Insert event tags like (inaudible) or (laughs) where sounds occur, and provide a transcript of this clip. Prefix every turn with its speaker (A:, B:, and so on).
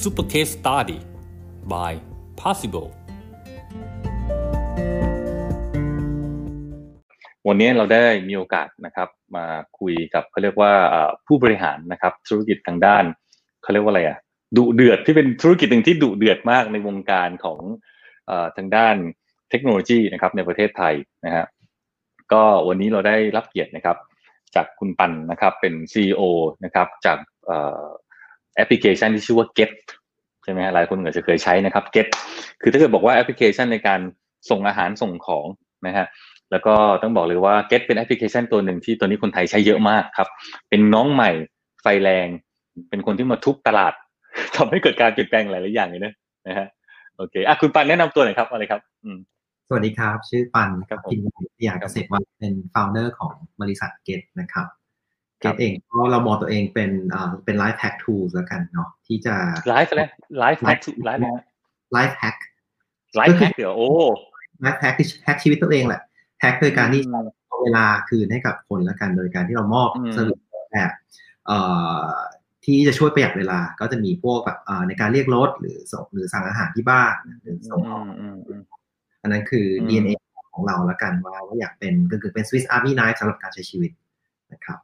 A: Super Case Study by Possible
B: วันนี้เราได้มีโอกาสนะครับมาคุยกับเขาเรียกว่าเอ่อผู้บริหารนะครับธุรกิจทางด้านเขาเรียกว่าอะไรอะดุเดือดที่เป็นธุรกิจหนึ่งที่ดุเดือดมากในวงการของเอ่อทางด้านเทคโนโลยีนะครับในประเทศไทยนะฮะก็วันนี้เราได้รับเกียรตินะครับ จากคุณปันนะครับเป็น CEO นะครับจากเอ่อแอปพลิเคชันที่ชื่อว่า Get ใช่ไหมฮะหลายคนอาจจะเคยใช้นะครับ Get คือถ้าเกิดบอกว่าแอปพลิเคชันในการส่งอาหารส่งของนะฮะ แล้วก็ต้องบอกเลยว่า Get เป็นแอปพลิเคชันตัวหนึ่งที่ตอนนี้คนไทยใช้เยอะมากครับ เป็นน้องใหม่ไฟแรง เป็นคนที่มาทุบตลาด (laughs) ทำให้เกิดการเปลี่ยนแปลงหลาย ๆ อย่างเลยนะนะฮะโอเคอ่ะคุณปันแนะนำตัวหน่อยครับอะไรครับ อืม
C: สวัสดีครับ ชื่อปัน
B: ครับผม
C: พินวิทยาเกษตรวันเป็น founder ของบริษัทเกตนะครับ
B: ค
C: เก
B: รับ
C: ตเองก็เรามองตัวเองเป็นเอ่อเป็นไลฟ์แ c ็กทูสแล้วกันเนาะที่จะ
B: ไลฟ์แล้วไลฟ์แฮกไลฟ์
C: ไลฟ์แ c ็ก
B: ไลฟ์แฮกเดี๋ยวโอ้
C: ไลฟ์แ c ็กที่แฮกชีวิตตัวเองแหละแ a ็กโดยการที่เอาเวลาคืนให้กับคนแล้วกันโดยการที่เรามอบสรุปแบบเอ่อที่จะช่วยประหยัดเวลาก็จะมีพวกแบบเอ่อในการเรียกรถหรือส่งหรือสั่งอาหารที่บ้านหรือส่ง
B: อืมอืมอืม
C: อันนั้นคืออ
B: ม
C: DNA ของเราแล้วกันว่าว่าอยากเป็นก็คือเป็น Swiss Army knife สำหรับการใช้ชีวิตนะครับ